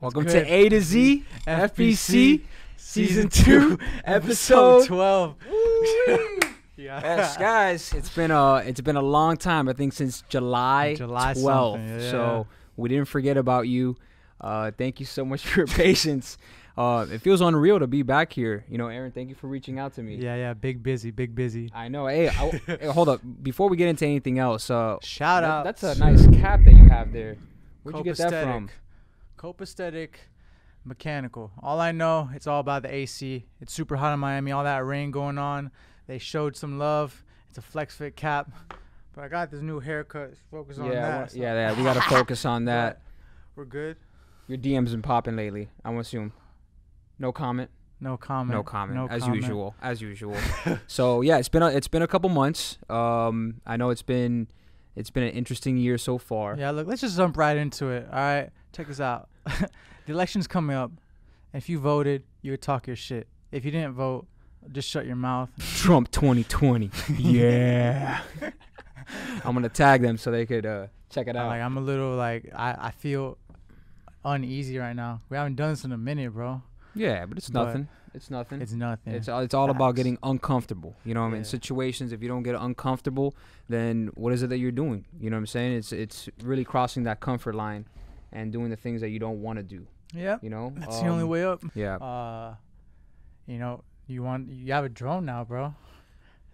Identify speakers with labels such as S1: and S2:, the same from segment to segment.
S1: Welcome
S2: Great.
S1: to A to Z FBC Season 2 Episode
S2: twelve.
S1: 12.
S2: Yeah.
S1: yes, guys, it's been a it's been a long time. I think since July
S2: July something,
S1: 12th. So we didn't forget about you. Uh, thank you so much for your patience. Uh, it feels unreal to be back here. You know, Aaron, thank you for reaching out to me.
S2: Yeah, yeah. Big busy, big busy.
S1: I know. Hey, I- hey, hold up. Before we get into anything else, uh,
S2: Shout
S1: that-
S2: out.
S1: that's a nice cap that you have there. Where'd you get that
S2: Copacetic.
S1: from?
S2: Copacetic mechanical. All I know, it's all about the AC. It's super hot in Miami. All that rain going on. They showed some love. It's a flex fit cap. But I got this new haircut. Let's Focus on
S1: yeah, I
S2: that.
S1: wa-
S2: so
S1: yeah, yeah. We gotta focus on that.
S2: We're good.
S1: Your DM's been popping lately. I'm assume. No comment.
S2: No comment.
S1: No comment.
S2: No
S1: as
S2: comment.
S1: usual. As usual. so yeah, it's been a, it's been a couple months. Um, I know it's been it's been an interesting year so far.
S2: Yeah, look, let's just jump right into it. All right, check this out. the election's coming up. If you voted, you would talk your shit. If you didn't vote, just shut your mouth.
S1: Trump 2020. yeah. I'm gonna tag them so they could uh, check it out.
S2: Like I'm a little like I, I feel uneasy right now. We haven't done this in a minute, bro.
S1: yeah, but it's
S2: but
S1: nothing. it's nothing.
S2: It's nothing.
S1: It's all, it's all about
S2: Facts.
S1: getting uncomfortable. You know what I mean?
S2: Yeah.
S1: Situations, if you don't get uncomfortable, then what is it that you're doing? You know what I'm saying? It's it's really crossing that comfort line and doing the things that you don't want to do,
S2: yep.
S1: you know?
S2: That's the only
S1: Um,
S2: way up.
S1: Yeah.
S2: Uh, you know, you want you have a drone now, bro.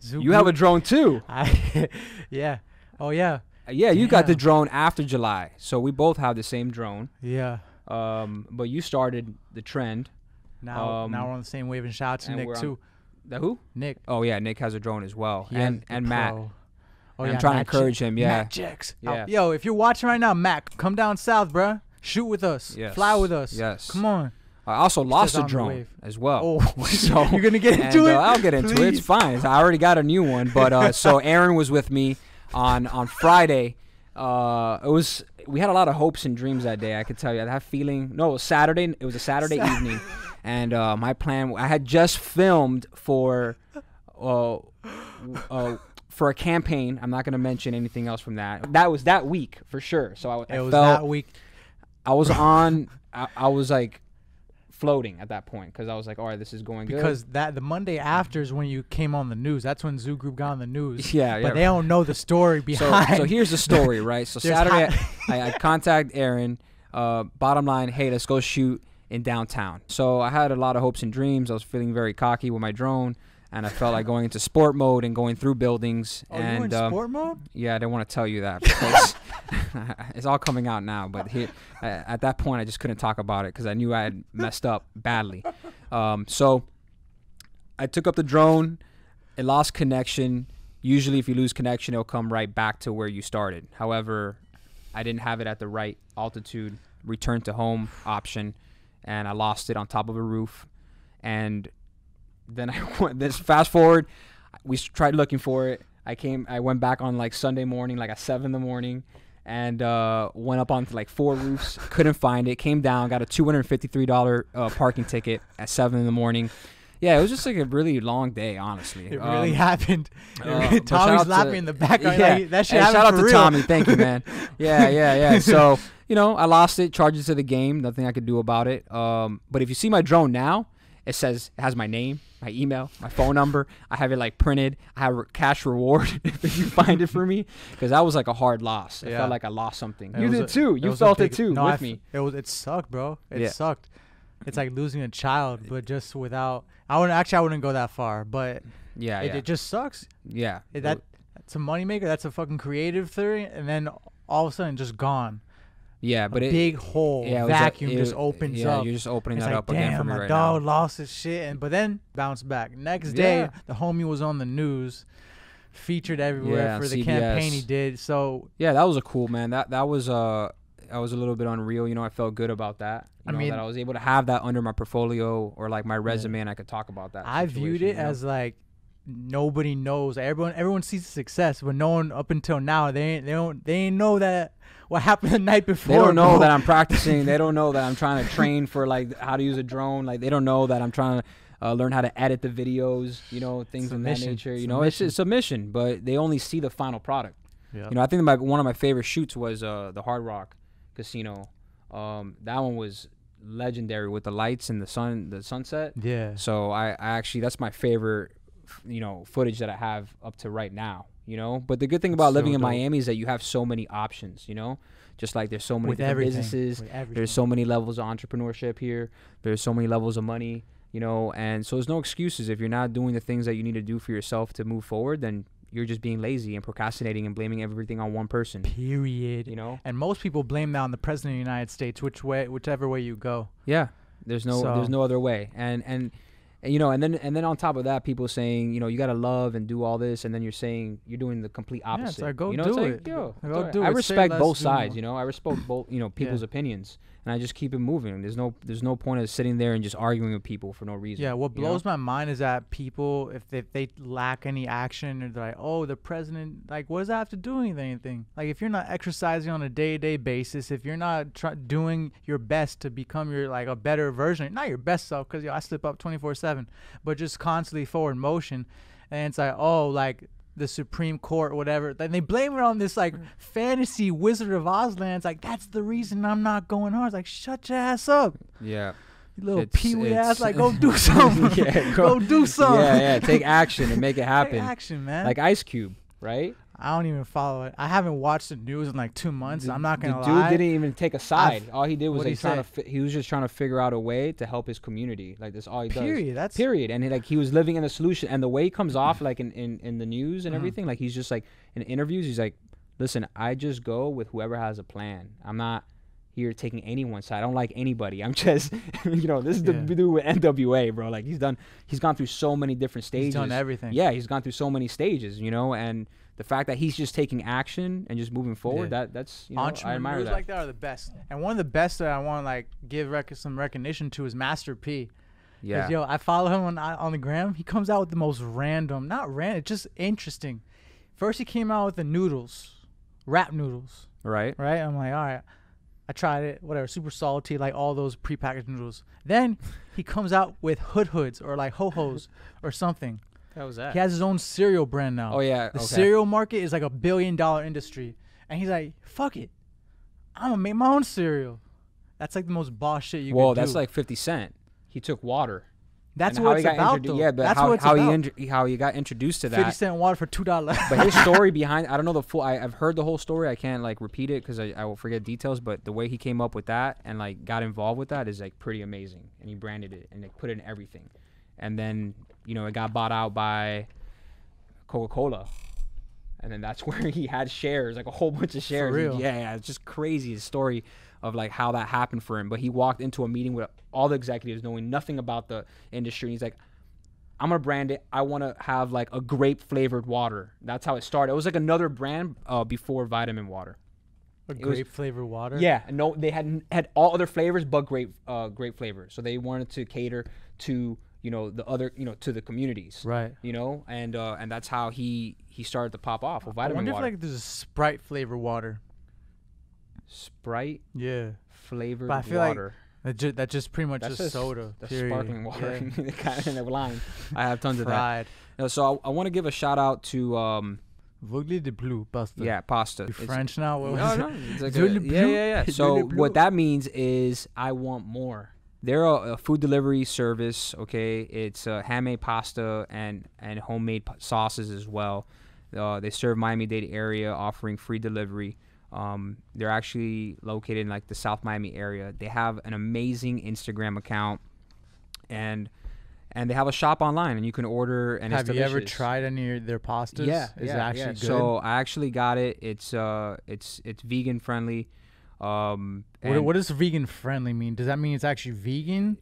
S2: Zoop,
S1: You have a
S2: zoop.
S1: drone too.
S2: I, yeah. Oh yeah.
S1: Uh, Yeah, you got the
S2: Damn.
S1: drone after July. So we both have the same drone.
S2: Yeah.
S1: Um, but you started the trend.
S2: Now
S1: Um,
S2: now we're on the same wave and shout out to
S1: and we're
S2: Nick
S1: on-
S2: too.
S1: The who?
S2: Nick.
S1: Oh yeah, Nick has a drone as well.
S2: He has
S1: and
S2: the
S1: and Matt.
S2: pro. Oh,
S1: And I'm trying to
S2: Matt Jack-
S1: encourage him, yeah.
S2: Matt Jacks.
S1: Yeah.
S2: Yo, if you're watching right now, Mac, come down south, bruh. Shoot with us.
S1: Yes.
S2: Fly with us.
S1: Yes.
S2: Come on.
S1: I also lost
S2: on
S1: a
S2: the
S1: drone
S2: wave.
S1: as well.
S2: Oh,
S1: so
S2: you're gonna get
S1: and,
S2: into it.
S1: uh, I'll get into it. It's
S2: Please.
S1: fine. I already got a new one. But uh, so Aaron was with me on on Friday. Uh, it was we had a lot of hopes and dreams that day. I could tell you that feeling. No, it was Saturday. It was a Saturday evening, and uh, my plan. I had just filmed for, uh, uh, for a campaign. I'm not gonna mention anything else from that. That was that week for sure. So I, I
S2: It was
S1: felt
S2: that week.
S1: I was on. I, I was like floating at that point because I was like, all right, this is going
S2: Because that the Monday after is when you came on the news. That's when Zoo Group got on the news.
S1: good. Yeah, yeah.
S2: But they don't know the story
S1: so,
S2: behind.
S1: so here's the story, right? So
S2: There's
S1: Saturday, I, I contact Aaron. Uh, bottom line, hey, let's go shoot in downtown. So I had a lot of hopes and dreams. I was feeling very cocky with my drone, and I felt like going into sport mode and going through buildings.
S2: oh,
S1: and
S2: you were in
S1: um,
S2: sport mode?
S1: Yeah, I didn't want to tell you that because it's all coming out now. But here, a- at that point, I just couldn't talk about it because I knew I had messed up badly. Um, so I took up the drone. It lost connection. Usually, if you lose connection, it'll come right back to where you started. However, I didn't have it at the right altitude, return to home option, and I lost it on top of a roof. And then I went this fast forward. We s- tried looking for it. I came. I went back on like Sunday morning, like at seven in the morning, and uh, went up onto like four roofs. Couldn't find it. Came down. Got a two hundred fifty-three dollar uh, parking ticket at seven in the morning. Yeah, it was just like a really long day, honestly.
S2: It
S1: Um,
S2: really happened. It
S1: uh,
S2: really-
S1: but
S2: Oh,
S1: shout out
S2: Tommy's
S1: to-
S2: laughing in the background.
S1: yeah.
S2: like, that shit
S1: Hey,
S2: happened
S1: shout out
S2: for
S1: to
S2: real.
S1: Tommy. Thank you, man. yeah, yeah, yeah. So you know, I lost it. Charges to the game. Nothing I could do about it. Um, but if you see my drone now, it says it has my name, my email, my phone number. I have it like printed. I have a cash reward if you find it for me because that was like a hard loss. I
S2: Yeah.
S1: felt like I lost something.
S2: It
S1: you
S2: was
S1: did
S2: a-
S1: too.
S2: it
S1: You
S2: was a
S1: felt
S2: big-
S1: it too
S2: no, I
S1: with
S2: f-
S1: me.
S2: It was it sucked, bro. It
S1: Yeah.
S2: sucked. It's like losing a child, but just without. I wouldn't actually. I wouldn't go that far, but
S1: Yeah,
S2: it,
S1: yeah,
S2: it just sucks.
S1: yeah.
S2: It- that that's a moneymaker. That's a fucking creative theory, and then all of a sudden, just gone.
S1: yeah, but it.
S2: Big hole,
S1: yeah, it was a-
S2: vacuum
S1: it-
S2: just opens
S1: yeah,
S2: up.
S1: You're just opening
S2: it's
S1: that
S2: like,
S1: up
S2: damn,
S1: again for me
S2: my
S1: right now.
S2: dog lost his shit, and but then bounced back. Next
S1: Yeah.
S2: day, the homie was on the news, featured everywhere
S1: Yeah, on
S2: for the campaign he
S1: CBS.
S2: did. So
S1: Yeah, that was a cool man. That that was uh I was a little bit unreal, you know, I felt good about that. You
S2: I
S1: know,
S2: mean-
S1: that I was able to have that under my portfolio or like my resume and I could talk about that.
S2: I viewed it
S1: situation, you know?
S2: as like nobody knows. Everyone everyone sees the success, but no one up until now they ain't they don't they ain't know that what happened the night before.
S1: they don't know
S2: bro.
S1: that I'm practicing. they don't know that I'm trying to train for like how to use a drone. Like they don't know that I'm trying to uh, learn how to edit the videos, you know, things
S2: It's a
S1: in that
S2: mission.
S1: nature.
S2: It's
S1: You
S2: a
S1: know, it's
S2: mission.
S1: it's a mission, but they only see the final product.
S2: Yeah.
S1: You know, I think my one of my favorite shoots was uh the Hard Rock Casino. Um, that one was legendary with the lights and the sun, the sunset.
S2: Yeah.
S1: So I, I actually that's my favorite, f- you know, footage that I have up to right now. You know, but the good thing about
S2: so
S1: living in
S2: dope.
S1: Miami is that you have so many options. You know, just like there's so many
S2: With
S1: different
S2: everything.
S1: businesses.
S2: With everything.
S1: There's so many levels of entrepreneurship here. There's so many levels of money. You know, and so there's no excuses if you're not doing the things that you need to do for yourself to move forward. Then you're just being lazy and procrastinating and blaming everything on one person.
S2: period.
S1: You know.
S2: and most people blame that on the president of the United States, which way, whichever way you go.
S1: Yeah. There's no
S2: So-
S1: there's no other way. And and and, you know, and then and then on top of that, people saying, you know, you gotta love and do all this, and then you're saying you're doing the complete
S2: it's
S1: opposite.
S2: like, go
S1: you know,
S2: do
S1: it's
S2: it.
S1: Like, yo,
S2: Go
S1: it's all
S2: do
S1: right. I
S2: it. Say
S1: respect
S2: less,
S1: both
S2: do
S1: sides.
S2: more.
S1: You know, I respect both you know people's
S2: Yeah.
S1: opinions, and I just keep it moving. There's no there's no point of sitting there and just arguing with people for no reason.
S2: Yeah, what
S1: you know?
S2: blows my mind is that people, if they, if they lack any action, or they're like, oh, the president, like, what does that have to do with anything? Like, if you're not exercising on a day to day basis, if you're not try- doing your best to become your, like, a better version, not your best self, because I slip up 24 7, but just constantly forward motion, and it's like, oh, like, the Supreme Court, whatever. Then they blame it on this like
S1: Mm.
S2: fantasy Wizard of Oz land. It's like that's the reason I'm not going hard. It's like shut your ass up.
S1: Yeah.
S2: You little
S1: It's-
S2: pee-wee
S1: it's-
S2: ass. Like, go do something.
S1: Yeah,
S2: go,
S1: go-
S2: do something.
S1: Yeah, yeah. Take action and make it
S2: Take
S1: happen.
S2: action, man.
S1: Like
S2: Like,
S1: Ice Cube, right?
S2: I don't even follow it. I haven't watched the news in like two months. I'm not
S1: The
S2: gonna
S1: dude
S2: lie.
S1: didn't even take a side. all he did was
S2: what'd
S1: like
S2: he
S1: trying to. Fi- he was just trying to figure out a way to help his community. Like that's all he does.
S2: Period. That's
S1: period and he, like he was living in the solution and the way he comes off like in in, in the news
S2: Uh-huh.
S1: and everything like he's just like in interviews he's like listen i just go with whoever has a plan i'm not here taking anyone's side i don't like anybody i'm just you know this is the
S2: Yeah.
S1: dude with nwa bro like he's done he's gone through so many different stages
S2: he's done everything.
S1: yeah he's gone through so many stages you know and the fact that he's just taking action and just moving forward
S2: Yeah.
S1: that that's you know i admire
S2: Entrepreneurs
S1: that
S2: like that are the best. And one of the best that I want to like give rec- some recognition to is Master P. 'Cause,
S1: yeah
S2: Yo, I follow him on on the gram. He comes out with the most random, not random, just interesting. First, he came out with the noodles, rap noodles.
S1: right
S2: right? I'm like, all right. I tried it, whatever, super salty, like all those prepackaged noodles. Then he comes out with hood hoods or like ho hos or something.
S3: How was that?
S2: He has his own cereal brand now.
S1: Uh, oh yeah
S2: The
S1: okay.
S2: cereal market is like a billion dollar industry. And he's like, fuck it. I'm gonna make my own cereal. That's like the most boss shit you
S1: whoa
S2: could
S1: that's
S2: do.
S1: like 50 cent he took water
S2: that's
S1: and
S2: what
S1: how
S2: it's
S1: he got
S2: about
S1: introdu-
S2: though.
S1: Yeah, but
S2: that's
S1: how,
S2: what it's
S1: how
S2: about.
S1: he inju- how he got introduced to
S2: Fifty
S1: that.
S2: cent water for two dollars.
S1: But his story behind, I don't know the full. I, I've heard the whole story. I can't like repeat it because I, I will forget details. But the way he came up with that and like got involved with that is like pretty amazing. And he branded it and like put it in everything. And then you know it got bought out by Coca Cola. And then that's where he had shares, like a whole bunch of shares.
S2: real?
S1: Yeah, yeah, it's just crazy the story of like how that happened for him. But he walked into a meeting with all the executives, knowing nothing about the industry. And he's like, I'm gonna brand it. I want to have like a grape flavored water. That's how it started. It was like another brand uh, before vitamin water.
S2: a
S1: was-
S2: grape flavored water.
S1: Yeah, and no, they had had all other flavors but grape uh, grape flavor. So they wanted to cater to you know the other you know to the communities.
S2: Right.
S1: You know, and uh, and that's how he he started to pop off with
S2: I
S1: vitamin
S2: wonder
S1: water.
S2: if like there's a Sprite flavored water.
S1: Sprite
S2: Yeah.
S1: flavored
S2: But I feel like
S1: water.
S2: That ju- that's just pretty much
S1: that's
S2: just soda.
S1: That's
S2: period.
S1: sparkling water.
S2: Yeah.
S1: kind of line. I have tons of that.
S2: Fried.
S1: Uh, So I, I want to give a shout out to um
S2: Voglio de bleu, pasta.
S1: yeah pasta.
S2: You
S1: It's-
S2: French now? What was
S1: No,
S2: it?
S1: Oh, no, it's like
S2: Zulu
S1: a- yeah,
S2: blue?
S1: yeah, yeah.
S2: Zulu
S1: So
S2: blue?
S1: what that means is I want more. They're a, a food delivery service. Okay, it's uh, handmade pasta and and homemade p- sauces as well. Uh, they serve Miami Dade area, offering free delivery. Um, they're actually located in like the South Miami area. They have an amazing Instagram account, and and they have a shop online, and you can order. And
S2: Have
S1: it's
S2: you
S1: delicious.
S2: ever tried any of their pastas?
S1: Yeah,
S2: Is it
S1: yeah,
S2: actually
S1: yeah.
S2: good?
S1: So I actually got it. It's uh, it's it's vegan friendly. Um,
S2: what,
S1: and-
S2: what does vegan friendly mean? Does that mean it's actually vegan?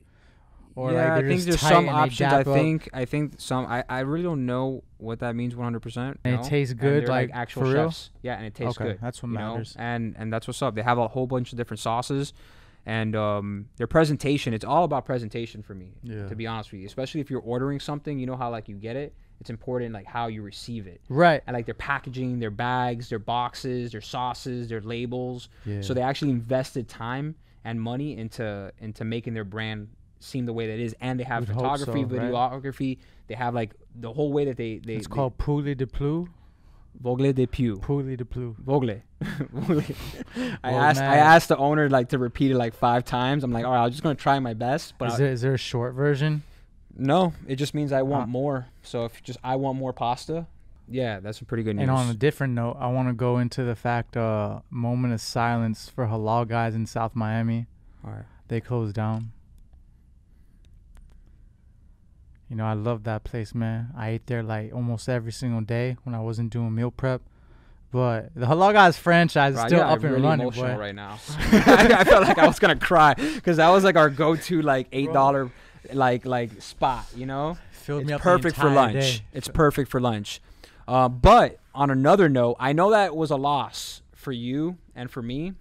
S2: Or
S1: yeah,
S2: like
S1: I
S2: they're
S1: think
S2: just
S1: there's
S2: tight and
S1: some
S2: they
S1: options. I
S2: dap up?
S1: think I think some. I, I really don't know what that means 100. percent
S2: And it tastes good,
S1: like,
S2: like,
S1: actual
S2: for real?
S1: chefs. Yeah, and it tastes
S2: Okay,
S1: good.
S2: that's what
S1: you know?
S2: matters.
S1: And and that's what's up. They have a whole bunch of different sauces, and um, their presentation. It's all about presentation for me.
S2: Yeah.
S1: To be honest with you, especially if you're ordering something, you know how like you get it. It's important like how you receive it.
S2: Right.
S1: and like their packaging, their bags, their boxes, their sauces, their labels.
S2: Yeah.
S1: So they actually invested time and money into into making their brand seem the way that it is, and they have
S2: You'd hope
S1: photography,
S2: so, right?
S1: videography. They have like the whole way that they they.
S2: It's
S1: they-
S2: called poulet de bleu.
S1: Vogle de Pew.
S2: Pooley de Plu.
S1: Vogle. Vogle. I
S2: Vogue
S1: asked I
S2: man.
S1: asked the owner like to repeat it like five times. I'm like, all right, I'm just gonna try my best, but I-
S2: Is there, is there a short version?
S1: no, it just means I want
S2: Huh.
S1: more. So if you just I want more pasta, yeah, that's some pretty good news.
S2: And on a different note, I want to go into the fact uh moment of silence for halal guys in South Miami.
S1: all right.
S2: They closed down. You know, I love that place, man. I ate there like almost every single day when I wasn't doing meal prep. But the halal guys franchise is
S1: Bro, I
S2: still
S1: got
S2: up and
S1: really
S2: running,
S1: emotional
S2: boy.
S1: right now. I, I felt like I was gonna cry because that was like our go-to like eight dollar like like spot. You know,
S2: Filled
S1: it's
S2: me up the
S1: perfect for
S2: entire
S1: lunch.
S2: day.
S1: It's perfect for lunch. Uh, but on another note, I know that was a loss for you and for me,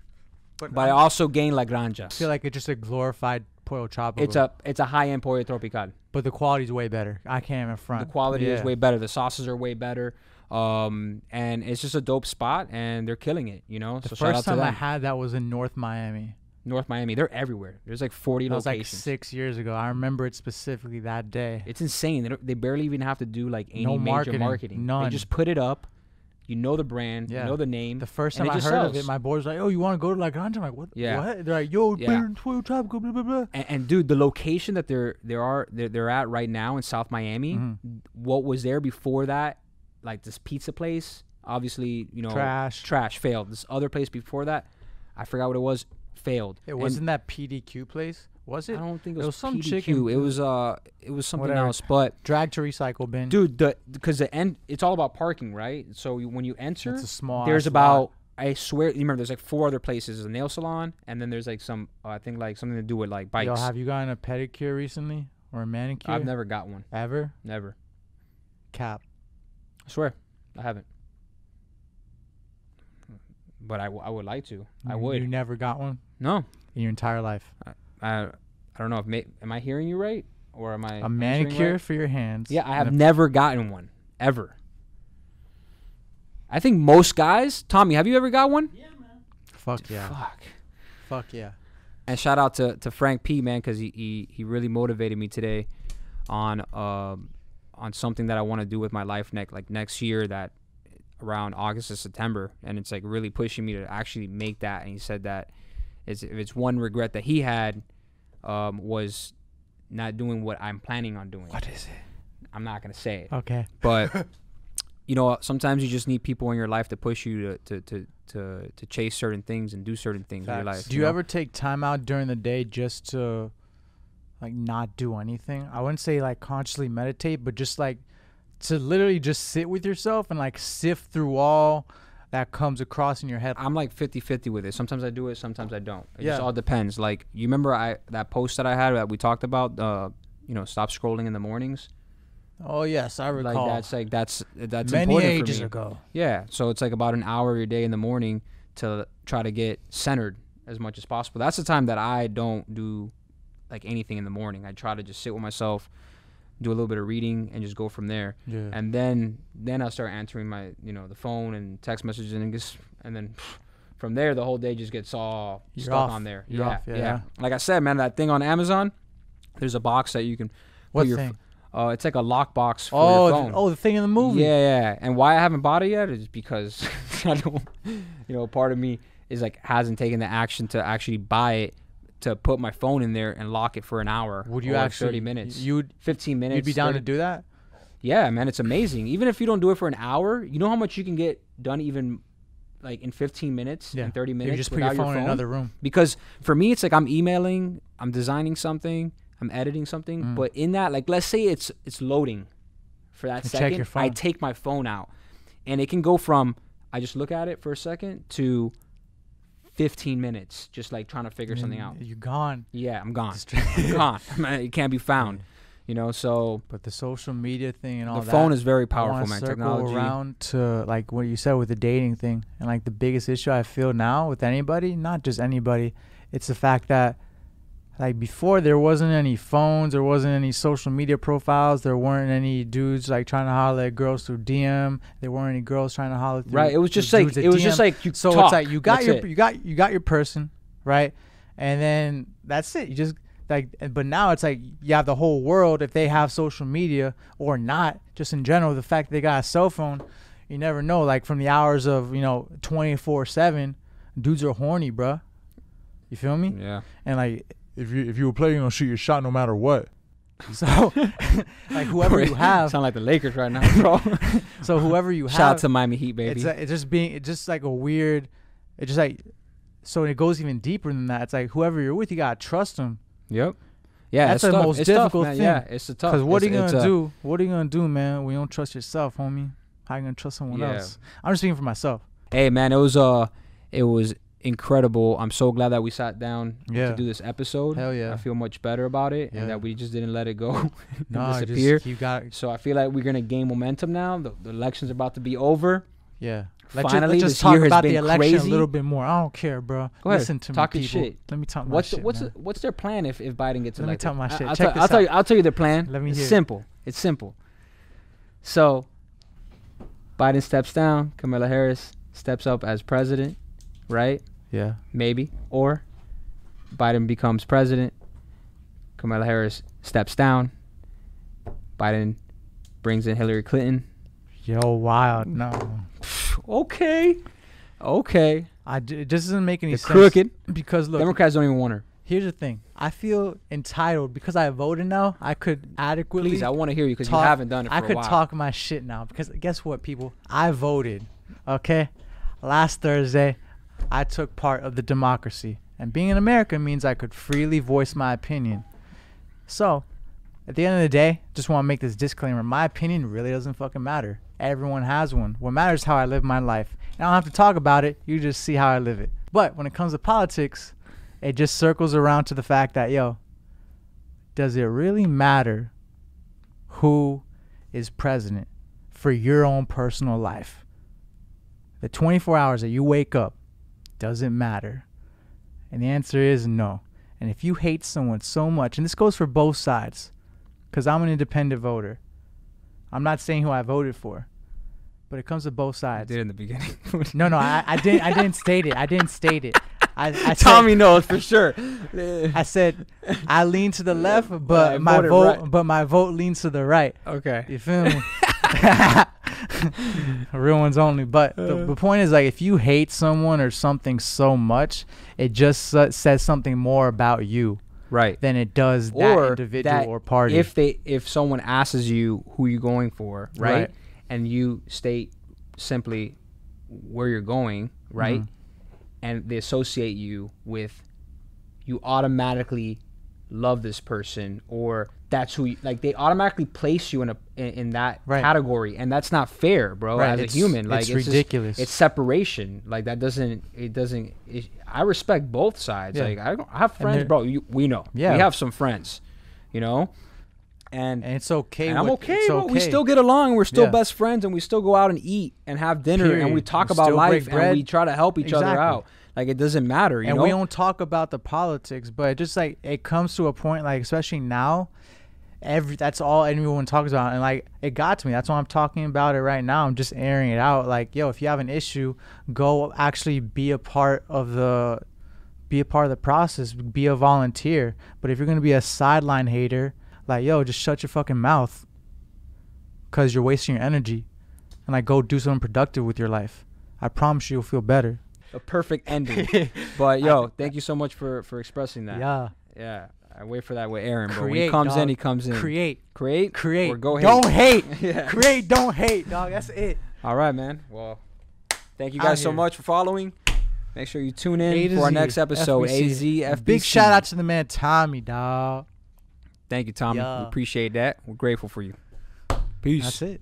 S2: But
S1: but I also gained La Granja.
S2: I feel like it's just a glorified pollo chop.
S1: it's a it's a high-end pollo tropical.
S2: but the quality's way better. I can't even front.
S1: The quality is
S2: Uh, Yeah.
S1: way better. The sauces are way better. Um, and it's just a dope spot, and they're killing it. You know,
S2: The
S1: so shout out
S2: first
S1: to
S2: time I
S1: them.
S2: had that was in North Miami.
S1: North Miami, they're everywhere. There's like 40
S2: That was like
S1: locations.
S2: six years ago. I remember it specifically that day.
S1: It's insane. They, don't, they barely even have to do like any
S2: No
S1: major
S2: marketing.
S1: marketing. They
S2: None.
S1: just put it up. You know the brand.
S2: Yeah.
S1: You know the name.
S2: The first
S1: and
S2: time I
S1: it
S2: heard
S1: just
S2: of it,
S1: sells.
S2: my boys were like, "Oh, you want to go to La Granja?" I'm like, "What?
S1: Yeah.
S2: What?" They're like, "Yo,
S1: Yeah.
S2: better than Toyo Tropical, blah blah blah."
S1: and, and dude, the location that they're they are they're, they're at right now in South Miami.
S2: Mhm.
S1: What was there before that? Like this pizza place, obviously you know
S2: Trash.
S1: trash failed. This other place before that, I forgot what it was, failed.
S2: It
S1: And
S2: wasn't that PDQ place, was
S1: I
S2: it?
S1: don't think it
S2: it
S1: was,
S2: was some
S1: PDQ.
S2: chicken-
S1: It was uh, it was something
S2: Whatever.
S1: else. But
S2: Drag to recycle bin.
S1: dude, the because the end, it's all about parking, right? So you, when you enter,
S2: it's a small.
S1: there's
S2: ass lot.
S1: about I swear, you remember there's like four other places: a nail salon, and then there's like some uh, I think like something to do with like bikes.
S2: Yo, have you gotten a pedicure recently or a manicure?
S1: I've never got one,
S2: ever
S1: never.
S2: cap.
S1: I swear, I haven't. But I, w- I would like to. I
S2: You- You
S1: would.
S2: never got one
S1: No,
S2: in your entire life.
S1: I I don't know if may, am I hearing you right or am I
S2: A
S1: am I hearing
S2: manicure
S1: right?
S2: for your hands.
S1: Yeah, I have
S2: and
S1: never gotten one ever. I think most guys. Tommy, have you ever got one?
S2: a- Fuck yeah.
S1: Fuck.
S2: Fuck yeah.
S1: And shout out to, to Frank P, man, because he, he, he really motivated me today on um on something that I want to do with my life next like next year that around August or September, and it's like really pushing me to actually make that. And he said that it's if it's one regret that he had um, was not doing what I'm planning on doing.
S2: is it?
S1: I'm not gonna say it,
S2: Okay.
S1: but you know sometimes you just need people in your life to push you to to to to, to chase certain things and do certain things in your
S2: Facts.
S1: life.
S2: Do you
S1: know?
S2: ever take time out during the day just to like not do anything? I wouldn't say like consciously meditate, but just like to literally just sit with yourself and like sift through all that comes across in your head.
S1: I'm like 50-50 with it. Sometimes I do it, sometimes I don't. It
S2: Yeah.
S1: just all depends. Like you remember I that post that I had that we talked about uh you know, stop scrolling in the mornings.
S2: Oh yes, I
S1: Like
S2: recall.
S1: that's like that's that's
S2: Many
S1: important
S2: ages
S1: for me.
S2: ago.
S1: Yeah, so it's like about an hour of your day in the morning to try to get centered as much as possible. That's the time that I don't do like anything in the morning. I try to just sit with myself, do a little bit of reading and just go from there.
S2: Yeah.
S1: And then then I start answering my, you know, the phone and text messages and just, and then from there the whole day just gets all
S2: You're
S1: stuck
S2: off.
S1: on there.
S2: You're
S1: yeah,
S2: off, yeah,
S1: yeah.
S2: yeah.
S1: Like I said, man, that thing on Amazon, there's a box that you can
S2: What
S1: put your
S2: thing?
S1: ph- uh, it's like a lock box for
S2: oh,
S1: your
S2: the,
S1: phone.
S2: oh, the thing in the movie.
S1: Yeah, yeah. And why I haven't bought it yet is because I don't, you know, part of me is like hasn't taken the action to actually buy it to put my phone in there and lock it for an hour.
S2: Would you
S1: or
S2: actually?
S1: 30 minutes?
S2: You'd
S1: 15 minutes.
S2: you'd be down
S1: 30
S2: to do that?
S1: yeah, man, it's amazing. Even if you don't do it for an hour, you know how much you can get done even like in 15 minutes
S2: Yeah.
S1: and 30 minutes
S2: You just put your
S1: without
S2: phone, in another room.
S1: Because for me it's like I'm emailing, I'm designing something, I'm editing something,
S2: Mm.
S1: but in that like let's say it's it's loading for that
S2: You check
S1: second,
S2: your
S1: I
S2: phone.
S1: take my phone out and it can go from I just look at it for a second to 15 minutes just like trying to figure something out.
S2: You're gone.
S1: Yeah, I'm gone. I'm gone. it can't be found. You know, so
S2: But the social media thing and all
S1: the
S2: that.
S1: phone is very
S2: I
S1: powerful,
S2: wanna
S1: man.
S2: Circle
S1: Technology.
S2: around to like what you said with the dating thing, and like the biggest issue I feel now with anybody, not just anybody, it's the fact that like before there wasn't any phones, there wasn't any social media profiles, there weren't any dudes like trying to holler at girls through DM, there weren't any girls trying to holler. Through,
S1: Right. It was
S2: through
S1: just like
S2: dudes at
S1: it was just
S2: DM.
S1: like you
S2: so
S1: talk.
S2: it's like you got
S1: That's
S2: your
S1: it.
S2: you got you got your person right, and then that's it. You just like and- but now it's like you have the whole world if they have social media or not just in general the fact they got a cell phone you never know. Like from the hours of you know twenty four seven, dudes are horny, bruh. You feel me?
S1: Yeah.
S2: And like
S3: If you if you were playing, you're gonna shoot your shot no matter what.
S2: so, like whoever you have,
S1: Sound like the Lakers right now, bro.
S2: so whoever you
S1: Shout out
S2: have,
S1: to Miami Heat, baby.
S2: it's like, it's just being it's just like a weird, it's just like so it goes even deeper than that. It's like whoever you're with, you gotta trust them.
S1: yep. Yeah,
S2: That's
S1: it's
S2: the
S1: tough.
S2: most
S1: it's tough,
S2: difficult
S1: man.
S2: thing.
S1: Yeah, it's the tough.
S2: Because what are
S1: It's-
S2: you gonna
S1: it's a-
S2: do? What are you gonna do, man? We don't trust yourself, homie. How you gonna trust someone
S1: Yeah.
S2: else? I'm just speaking for myself.
S1: Hey, man, it was uh, it was incredible. I'm so glad that we sat down
S2: Yeah.
S1: to do this episode.
S2: Hell yeah.
S1: I feel much better about it,
S2: Yeah.
S1: and that we just didn't let it go and
S2: Nah, just
S1: disappear.
S2: you got
S1: So I feel like we're gonna gain momentum now. The, the election's about to be over.
S2: yeah.
S1: Finally,
S2: let's
S1: this
S2: just talk
S1: year has
S2: about the
S1: been
S2: election
S1: crazy.
S2: a little bit more. I don't care, bro.
S1: Go ahead.
S2: Listen to
S1: Talk your
S2: me, people.
S1: shit.
S2: Let me talk my
S1: What's
S2: shit.
S1: what's
S2: man.
S1: what's their plan if, if Biden gets
S2: Let me
S1: elected?
S2: tell my
S1: I-
S2: shit.
S1: I'll,
S2: Check
S1: tell,
S2: this
S1: I'll tell
S2: out.
S1: you. I'll tell you their plan.
S2: Let me
S1: it's
S2: hear it.
S1: simple. It's simple. So Biden steps down. Kamala Harris steps up as president, right?
S2: yeah.
S1: Maybe or Biden becomes president. Kamala Harris steps down. Biden brings in Hillary Clinton.
S2: Yo, wild. No,
S1: Okay, okay.
S2: I d- it just doesn't make any
S1: The
S2: sense.
S1: crooked
S2: Because look,
S1: Democrats don't even want her.
S2: here's the thing. I feel entitled because I voted now. I could adequately.
S1: Please, I want to hear you because you
S2: talk-
S1: haven't done it for
S2: I
S1: a
S2: could
S1: while.
S2: talk my shit now because guess what, people? I voted. Okay, last Thursday, I took part of the democracy, and being an American means I could freely voice my opinion. So, at the end of the day, just want to make this disclaimer: my opinion really doesn't fucking matter. Everyone has one. What matters is how I live my life, and I don't have to talk about it. You just see how I live it. But when it comes to politics, it just circles around to the fact that yo, does it really matter who is president for your own personal life. The 24 hours that you wake up doesn't matter. And the answer is no. And if you hate someone so much, and this goes for both sides, because I'm an independent voter, I'm not saying who I voted for, but it comes to both
S1: I
S2: sides.
S1: did in the beginning.
S2: No, no, I, I didn't. I didn't state it. I didn't state it. I, I said-
S1: Tommy knows for sure.
S2: I said I lean to the left, but,
S1: I
S2: my
S1: voted
S2: vote,
S1: right.
S2: but my vote leans to the right.
S1: okay.
S2: You feel me? Real ones only. But
S1: Uh.
S2: the, the point is, like, if you hate someone or something so much, it just uh, says something more about you
S1: Right.
S2: than it does that
S1: Or
S2: individual
S1: that
S2: or party.
S1: If they if someone asks you who you going for, right?
S2: Right.
S1: And you state simply where you're going, right?
S2: Mm-hmm.
S1: And they associate you with you automatically love this person or that's who you, like they automatically place you in a in, in that
S2: Right.
S1: category and that's not fair bro
S2: Right,
S1: as
S2: it's-
S1: a human like
S2: it's
S1: just-
S2: ridiculous.
S1: it's separation like that doesn't it doesn't it, i respect both sides
S2: Yeah.
S1: like I, don't, I have friends
S2: they're-
S1: bro you, we know
S2: Yeah.
S1: we have some friends you know and,
S2: and it's okay.
S1: and i'm
S2: with-
S1: okay,
S2: It's
S1: bro.
S2: okay.
S1: we still get along we're still
S2: Yeah.
S1: best friends and we still go out and eat and have dinner and we
S2: Period.
S1: talk
S2: We
S1: about
S2: still break
S1: life and we
S2: bread.
S1: try to help each other
S2: Exactly.
S1: out like it doesn't matter you
S2: and
S1: know
S2: we don't talk about the politics, but just like it comes to a point, like especially now, every that's all anyone talks about, and like it got to me. That's why I'm talking about it right now. I'm just airing it out. Like, yo, if you have an issue, go actually be a part of the, be a part of the process. Be a volunteer. But if you're gonna be a sideline hater, like, yo, just shut your fucking mouth, cause you're wasting your energy, and like go do something productive with your life. I promise you, you'll feel better.
S1: a perfect ending but yo thank you so much for for expressing that
S2: Yeah.
S1: Yeah, I wait for that with Aaron. But when he
S2: Create,
S1: comes in,
S2: dog.
S1: he comes in.
S2: Create.
S1: create,
S2: create.
S1: Or go ahead.
S2: Don't hate.
S1: Yeah.
S2: Create. Don't hate, dog. That's it.
S1: All right, man. Well, thank you
S2: Out
S1: guys so
S2: here.
S1: much for following. Make sure you tune
S2: A
S1: in
S2: to
S1: for our
S2: Z,
S1: next episode. A
S2: FBC.
S1: Z F
S2: Big shout out to the man Tommy, dog.
S1: Thank you, Tommy.
S2: Yeah.
S1: We appreciate that. We're grateful for you. Peace.
S2: That's it.